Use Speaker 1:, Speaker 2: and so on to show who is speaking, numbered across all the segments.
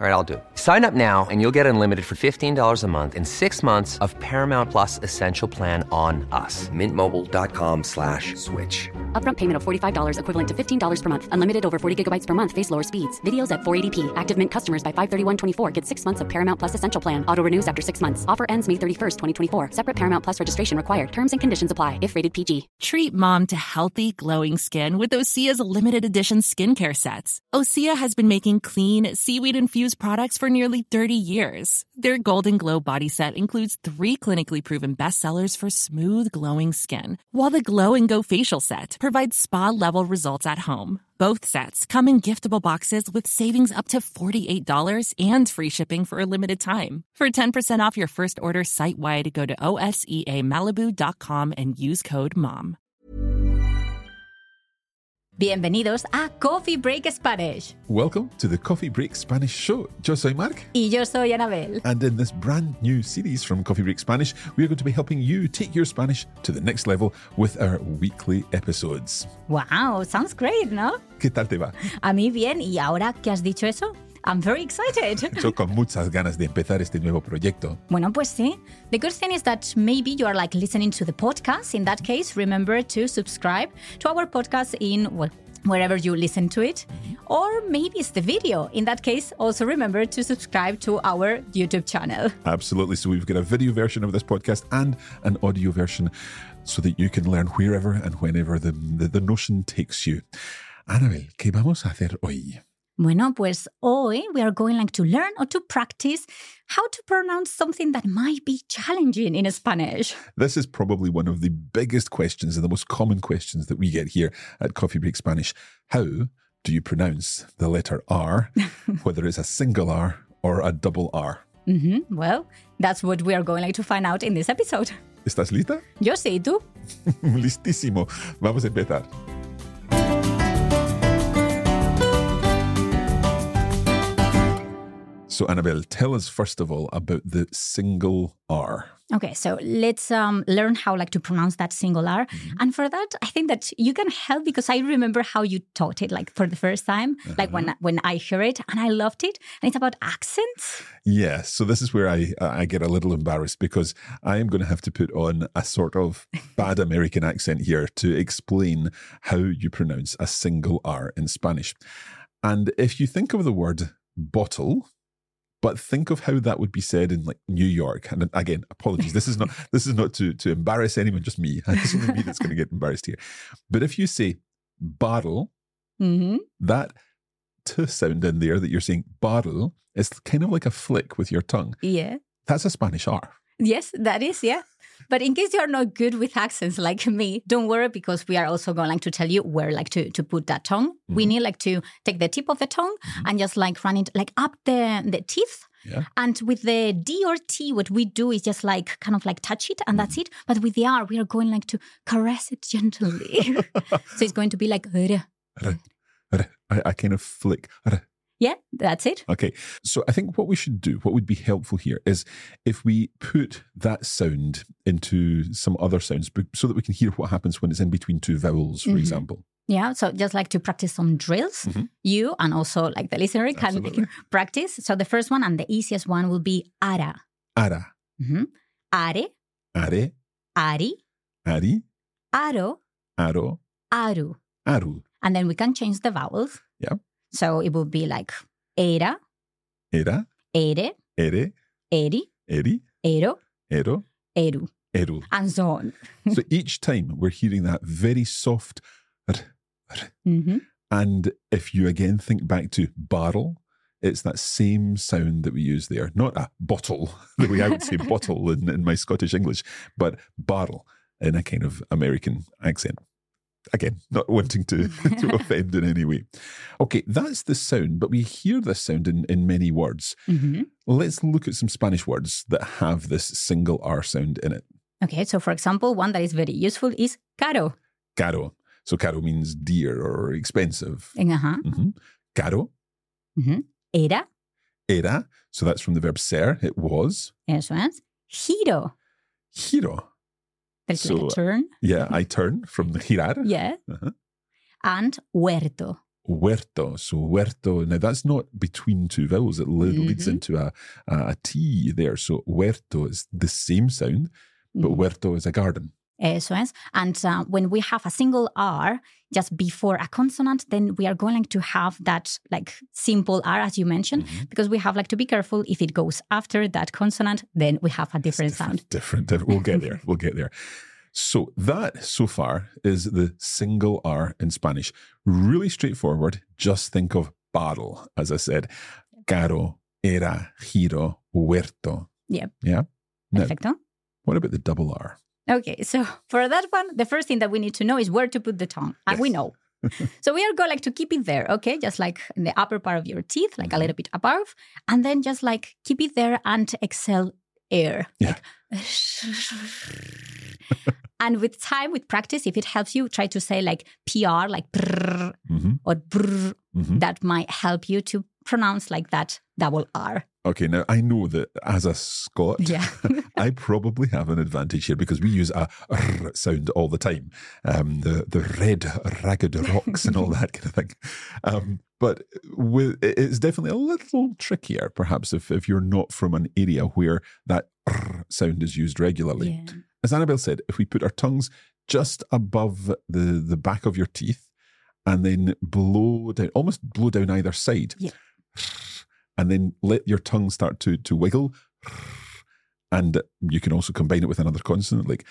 Speaker 1: All right, I'll do. it. Sign up now and you'll get unlimited for $15 a month in six months of Paramount Plus Essential Plan on us. Mintmobile.com slash switch.
Speaker 2: Upfront payment of $45 equivalent to $15 per month. Unlimited over 40 gigabytes per month. Face lower speeds. Videos at 480p. Active Mint customers by 531.24 get six months of Paramount Plus Essential Plan. Auto renews after six months. Offer ends May 31st, 2024. Separate Paramount Plus registration required. Terms and conditions apply if rated PG.
Speaker 3: Treat mom to healthy, glowing skin with Osea's limited edition skincare sets. Osea has been making clean, seaweed infused products for nearly 30 years. Their Golden Glow body set includes three clinically proven bestsellers for smooth, glowing skin, while the Glow and Go facial set provides spa level results at home. Both sets come in giftable boxes with savings up to $48 and free shipping for a limited time. For 10% off your first order site wide, go to E OSEAMalibu.com and use code MOM.
Speaker 4: Bienvenidos a Coffee Break Spanish.
Speaker 5: Welcome to the Coffee Break Spanish Show. Yo soy Mark,
Speaker 4: Y yo soy Anabel.
Speaker 5: and in this brand new series from Coffee Break Spanish, we are going to be helping you take your Spanish to the next level with our weekly episodes.
Speaker 4: Wow, sounds great, ¿no?
Speaker 5: ¿Qué tal te va?
Speaker 4: A mí bien, y ahora que has dicho eso, I'm very excited.
Speaker 5: Yo con muchas ganas de empezar este nuevo proyecto.
Speaker 4: bueno, pues sí. The good thing is that maybe you are like listening to the podcast. In that case, remember to subscribe to our podcast in well, wherever you listen to it. Or maybe it's the video. In that case, also remember to subscribe to our YouTube channel.
Speaker 5: Absolutely. So we've got a video version of this podcast and an audio version so that you can learn wherever and whenever the, the, the notion takes you. Anabel, ¿qué vamos a hacer hoy?
Speaker 4: Bueno, pues hoy we are going like to learn or to practice how to pronounce something that might be challenging in Spanish.
Speaker 5: This is probably one of the biggest questions and the most common questions that we get here at Coffee Break Spanish. How do you pronounce the letter R, whether it's a single R or a double R?
Speaker 4: Mhm, Well, that's what we are going like to find out in this episode.
Speaker 5: ¿Estás lista?
Speaker 4: Yo sé tú.
Speaker 5: Listísimo. Vamos a empezar. So, Annabelle, tell us first of all about the single R.
Speaker 4: Okay, so let's um, learn how like to pronounce that single R. And for that, I think that you can help because I remember how you taught it like for the first time, like when when I heard it and I loved it. And it's about accents.
Speaker 5: Yeah, so this is where I uh, I get a little embarrassed because I am going to have to put on a sort of bad American accent here to explain how you pronounce a single R in Spanish. And if you think of the word bottle, but think of how that would be said in like New York. And again, apologies. This is not this is not to to embarrass anyone, just me. It's only me that's going to get embarrassed here. But if you say bottle,
Speaker 4: hmm
Speaker 5: that t sound in there that you're saying bottle is kind of like a flick with your tongue.
Speaker 4: Yeah.
Speaker 5: That's a Spanish R.
Speaker 4: Yes, that is, yeah. But in case you are not good with accents like me, don't worry because we are also going like to tell you where like to, to put that tongue. We need like to take the tip of the tongue and just like run it like up the the teeth.
Speaker 5: Yeah.
Speaker 4: And with the D or T, what we do is just like kind of like touch it and that's it. But with the R, we are going like to caress it gently. so it's going to be like, "R."
Speaker 5: R- r- I, I kind of flick. r.
Speaker 4: yeah, that's it.
Speaker 5: Okay. So I think what we should do, what would be helpful here is if we put that sound into some other sounds b- so that we can hear what happens when it's in between two vowels, for
Speaker 4: Mhm.
Speaker 5: example.
Speaker 4: Yeah, so just like to practice some drills,
Speaker 5: Mhm.
Speaker 4: you and also like the listener can
Speaker 5: Absolutely.
Speaker 4: practice. So the first one and the easiest one will be ara.
Speaker 5: Ara,
Speaker 4: Mhm. Are,
Speaker 5: are,
Speaker 4: ari,
Speaker 5: ari,
Speaker 4: aro,
Speaker 5: aro,
Speaker 4: aru.
Speaker 5: aru,
Speaker 4: And then we can change the vowels.
Speaker 5: Yeah.
Speaker 4: So it will be like era,
Speaker 5: era,
Speaker 4: ere,
Speaker 5: ere,
Speaker 4: eri,
Speaker 5: eri,
Speaker 4: ero,
Speaker 5: ero,
Speaker 4: eru,
Speaker 5: eru.
Speaker 4: and so on.
Speaker 5: so each time we're hearing that very soft r-
Speaker 4: Mhm.
Speaker 5: And if you again think back to bottle, it's that same sound that we use there, not a bottle, the way I would say bottle in, in my Scottish English, but bottle in a kind of American accent. Again, not wanting to, to offend in any way. Okay, that's the sound, but we hear this sound in, in many words.
Speaker 4: Mhm.
Speaker 5: Let's look at some Spanish words that have this single R sound in it.
Speaker 4: Okay, so for example, one that is very useful is caro.
Speaker 5: Caro. So caro means dear or expensive.
Speaker 4: Ajá.
Speaker 5: Mhm. Caro
Speaker 4: Era,
Speaker 5: era. So that's from the verb ser, it was.
Speaker 4: eso es. Giro,
Speaker 5: Giro,
Speaker 4: There's like
Speaker 5: So,
Speaker 4: a
Speaker 5: uh,
Speaker 4: turn.
Speaker 5: Yeah, I turn from the girar.
Speaker 4: Mm-hmm. Yeah.
Speaker 5: Uh-huh.
Speaker 4: And huerto.
Speaker 5: Huerto. So huerto. Now that's not between two vowels. It le- leads
Speaker 4: Mhm.
Speaker 5: into a, a a T there. So huerto is the same sound,
Speaker 4: Mm-hmm.
Speaker 5: but huerto is a garden.
Speaker 4: Eso Eh, es. And uh, when we have a single R just before a consonant, then we are going to have that like simple R as you mentioned,
Speaker 5: Mm-hmm.
Speaker 4: because we have like to be careful if it goes after that consonant, then we have a different sound.
Speaker 5: Different, different. We'll get there. we'll get there. So that so far is the single R in Spanish. Really straightforward. Just think of barrel, as I said. Caro, era, giro, huerto.
Speaker 4: Yep.
Speaker 5: Yeah. No.
Speaker 4: Perfecto.
Speaker 5: What about the double R?
Speaker 4: Okay, so for that one, the first thing that we need to know is where to put the tongue. And we
Speaker 5: Yes.
Speaker 4: know. so we are going like to keep it there, okay? Just like in the upper part of your teeth, like
Speaker 5: Mm-hmm.
Speaker 4: a little bit above, and then just like keep it there and exhale air.
Speaker 5: Yeah.
Speaker 4: Like, and with time, with practice, if it helps you, try to say like PR, like prr
Speaker 5: Mm-hmm.
Speaker 4: or brr.
Speaker 5: Mhm.
Speaker 4: That might help you to pronounce like that double R.
Speaker 5: Okay, now I know that as a Scot,
Speaker 4: Yeah.
Speaker 5: I probably have an advantage here because we use a r sound all the time. Um, the the red ragged rocks and all that kind of thing. Um, but with, it's definitely a little trickier, perhaps, if, if you're not from an area where that r sound is used regularly.
Speaker 4: Yeah.
Speaker 5: As Annabelle said, if we put our tongues just above the, the back of your teeth and then blow down, almost blow down either side,
Speaker 4: Yeah.
Speaker 5: and then let your tongue start to, to wiggle. And you can also combine it with another consonant like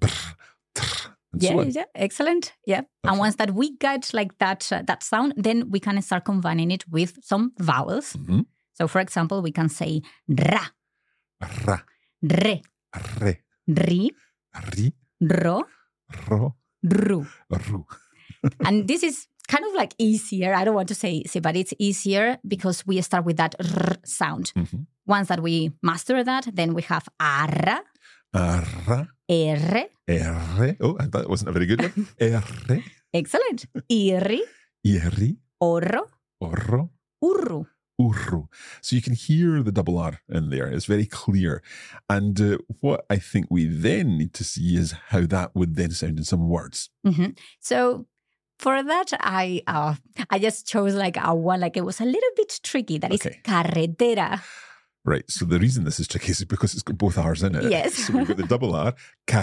Speaker 5: and
Speaker 4: yeah,
Speaker 5: so on.
Speaker 4: yeah, excellent. Yeah,
Speaker 5: That's
Speaker 4: and once that we get like that uh, that sound, then we can start combining it with some vowels.
Speaker 5: Mhm.
Speaker 4: So, for example, we can say ra,
Speaker 5: Ra,
Speaker 4: re,
Speaker 5: re,
Speaker 4: ri,
Speaker 5: ri,
Speaker 4: ro,
Speaker 5: ro,
Speaker 4: ru,
Speaker 5: ru.
Speaker 4: and this is kind of like easier. I don't want to say say, but it's easier because we start with that r sound.
Speaker 5: Mhm.
Speaker 4: Once that we master that, then we have e, ara,
Speaker 5: Uh, Ra,
Speaker 4: r,
Speaker 5: ere. Oh, that wasn't a very good one. E, Ere,
Speaker 4: excellent, iri,
Speaker 5: ieri,
Speaker 4: oro,
Speaker 5: oro.
Speaker 4: urru.
Speaker 5: Urru. So you can hear the double R in there. It's very clear. And uh, what I think we then need to see is how that would then sound in some words.
Speaker 4: hmm So for that, I uh, I just chose like a one like it was a little bit tricky. That is
Speaker 5: Okay.
Speaker 4: carretera.
Speaker 5: Right. So the reason this is tricky is because it's got both R's in it.
Speaker 4: Yes.
Speaker 5: so we've got the double R,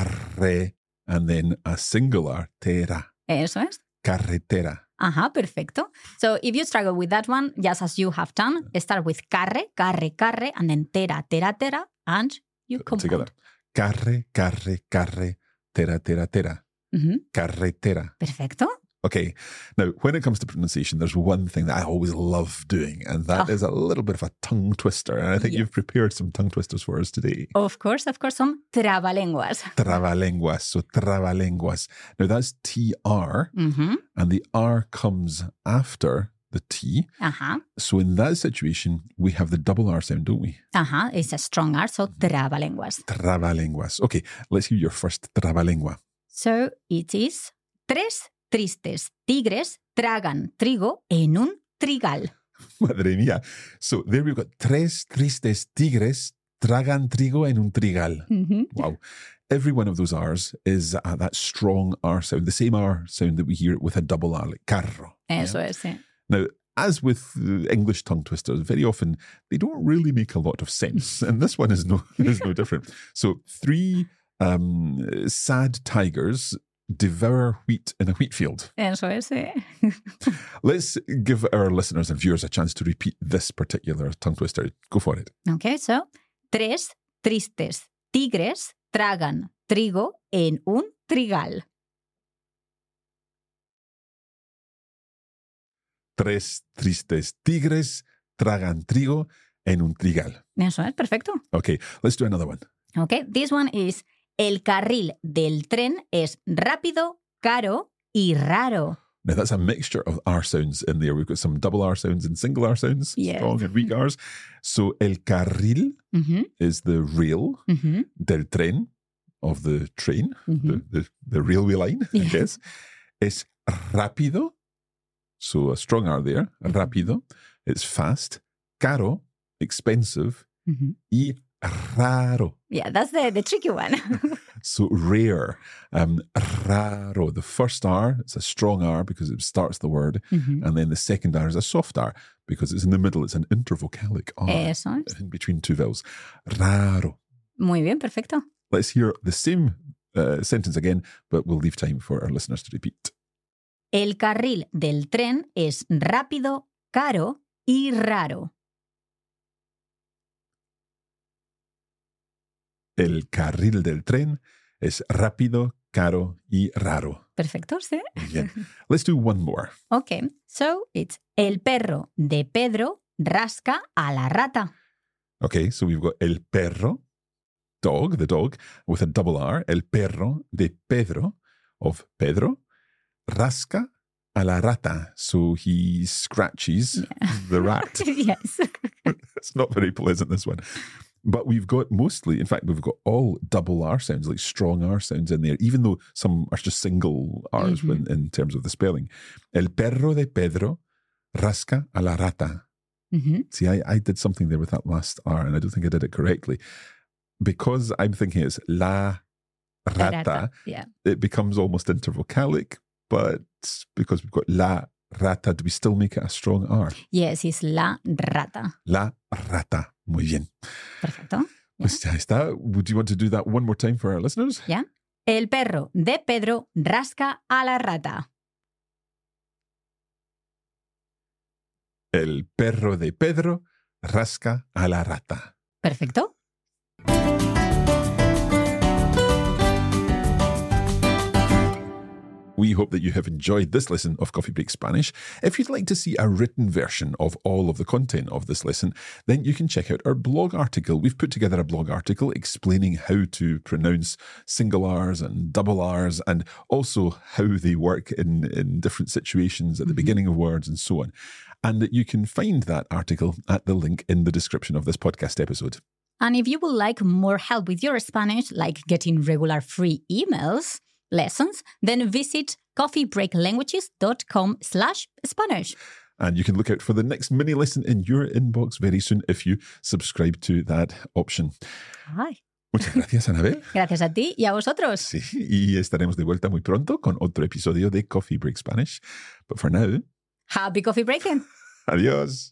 Speaker 5: carre, and then a single R, terra,
Speaker 4: Eso es.
Speaker 5: carretera.
Speaker 4: Ajá, perfecto. So if you struggle with that one, just as you have done, start with carre, carre, carre, and then tera, tera, tera, and you
Speaker 5: Put them
Speaker 4: compound.
Speaker 5: together. Carre, carre, carre, terra, terra, terra,
Speaker 4: Mhm,
Speaker 5: carretera.
Speaker 4: Perfecto.
Speaker 5: Okay. Now, when it comes to pronunciation, there's one thing that I always love doing, and that
Speaker 4: Oh.
Speaker 5: is a little bit of a tongue twister. And I think
Speaker 4: Yes.
Speaker 5: you've prepared some tongue twisters for us today.
Speaker 4: Of course, of course, some trabalenguas.
Speaker 5: Trabalenguas. So, trabalenguas. Now, that's TR,
Speaker 4: Mhm,
Speaker 5: and the R comes after the T.
Speaker 4: Ajá,
Speaker 5: So, in that situation, we have the double R sound, don't we?
Speaker 4: ajá. It's a strong R, so
Speaker 5: Mm-hmm.
Speaker 4: trabalenguas.
Speaker 5: Trabalenguas. Okay. Let's hear your first trabalengua.
Speaker 4: So it is tres tristes tigres tragan trigo en un trigal.
Speaker 5: Madre mía. So, there we've got tres tristes tigres tragan trigo en un trigal. Wow. Every one of those R's is uh, that strong R sound, the same R sound that we hear with a double R, like carro.
Speaker 4: Eso es. eh.
Speaker 5: Now, as with uh, English tongue twisters, very often they don't really make a lot of sense, and this one is no is no different. So, three um, sad tigers devour wheat in a wheat field.
Speaker 4: Eso es. eh.
Speaker 5: Let's give our listeners and viewers a chance to repeat this particular tongue twister. Go for it.
Speaker 4: Okay, so tres tristes tigres tragan trigo en un trigal.
Speaker 5: Tres tristes tigres tragan trigo en un trigal.
Speaker 4: Eso es perfecto.
Speaker 5: Okay, let's do another one.
Speaker 4: Okay, this one is el carril del tren es rápido, caro y raro.
Speaker 5: Now that's a mixture of R sounds in there. We've got some double R sounds and single R sounds,
Speaker 4: Yes.
Speaker 5: strong and weak Rs. So el carril
Speaker 4: Ujú,
Speaker 5: is the rail
Speaker 4: ujú,
Speaker 5: del tren of the train,
Speaker 4: ujú.
Speaker 5: the, the, the railway line, I
Speaker 4: Mm-hmm. Yeah.
Speaker 5: guess. Es rápido. So a strong R there.
Speaker 4: Mm-hmm.
Speaker 5: Rápido. It's fast. Caro, expensive.
Speaker 4: Mhm.
Speaker 5: Y raro.
Speaker 4: Yeah, that's the, the tricky one.
Speaker 5: So rare. Um, raro. The first R, it's a strong R because it starts the word. And then the second R is a soft R because it's in the middle. It's an intervocalic R
Speaker 4: Eso es.
Speaker 5: in between two vowels. Raro.
Speaker 4: Muy bien, perfecto.
Speaker 5: Let's hear the same uh, sentence again, but we'll leave time for our listeners to repeat.
Speaker 4: El carril del tren es rápido, caro y raro.
Speaker 5: El carril del tren es rápido, caro y raro.
Speaker 4: Perfecto, sí.
Speaker 5: Muy bien. Let's do one more.
Speaker 4: Ok, so it's el perro de Pedro rasca a la rata.
Speaker 5: Okay, so we've got el perro, dog, the dog, with a double R, el perro de Pedro, of Pedro, rasca a la rata. So he scratches the rat.
Speaker 4: yes.
Speaker 5: it's not very pleasant, this one. But we've got mostly, in fact, we've got all double R sounds, like strong R sounds in there, even though some are just single Rs when, in terms of the spelling. El perro de Pedro rasca a la rata.
Speaker 4: Mhm.
Speaker 5: See, I, I did something there with that last R, and I don't think I did it correctly. Because I'm thinking it's la
Speaker 4: La
Speaker 5: rata,
Speaker 4: Yeah.
Speaker 5: it becomes almost intervocalic, but because we've got la rata, do we still make it a strong R?
Speaker 4: Yes, it's la rata.
Speaker 5: La rata. Muy bien.
Speaker 4: Perfecto.
Speaker 5: Pues ya está. Would you want to do that one more time for our listeners?
Speaker 4: Yeah. El perro de Pedro rasca a la rata.
Speaker 5: El perro de Pedro rasca a la rata.
Speaker 4: Perfecto.
Speaker 5: We hope that you have enjoyed this lesson of Coffee Break Spanish. If you'd like to see a written version of all of the content of this lesson, then you can check out our blog article. We've put together a blog article explaining how to pronounce single R's and double R's and also how they work in, in different situations at the beginning of words and so on. And you can find that article at the link in the description of this podcast episode.
Speaker 4: And if you would like more help with your Spanish, like getting regular free emails, lessons, then visit coffeebreaklanguages.com slash Spanish.
Speaker 5: And you can look out for the next mini lesson in your inbox very soon if you subscribe to that option.
Speaker 4: Ay.
Speaker 5: Muchas gracias, Anabel.
Speaker 4: Gracias a ti y a vosotros.
Speaker 5: Sí, y estaremos de vuelta muy pronto con otro episodio de Coffee Break Spanish. But for now,
Speaker 4: Happy coffee breaking.
Speaker 5: adiós.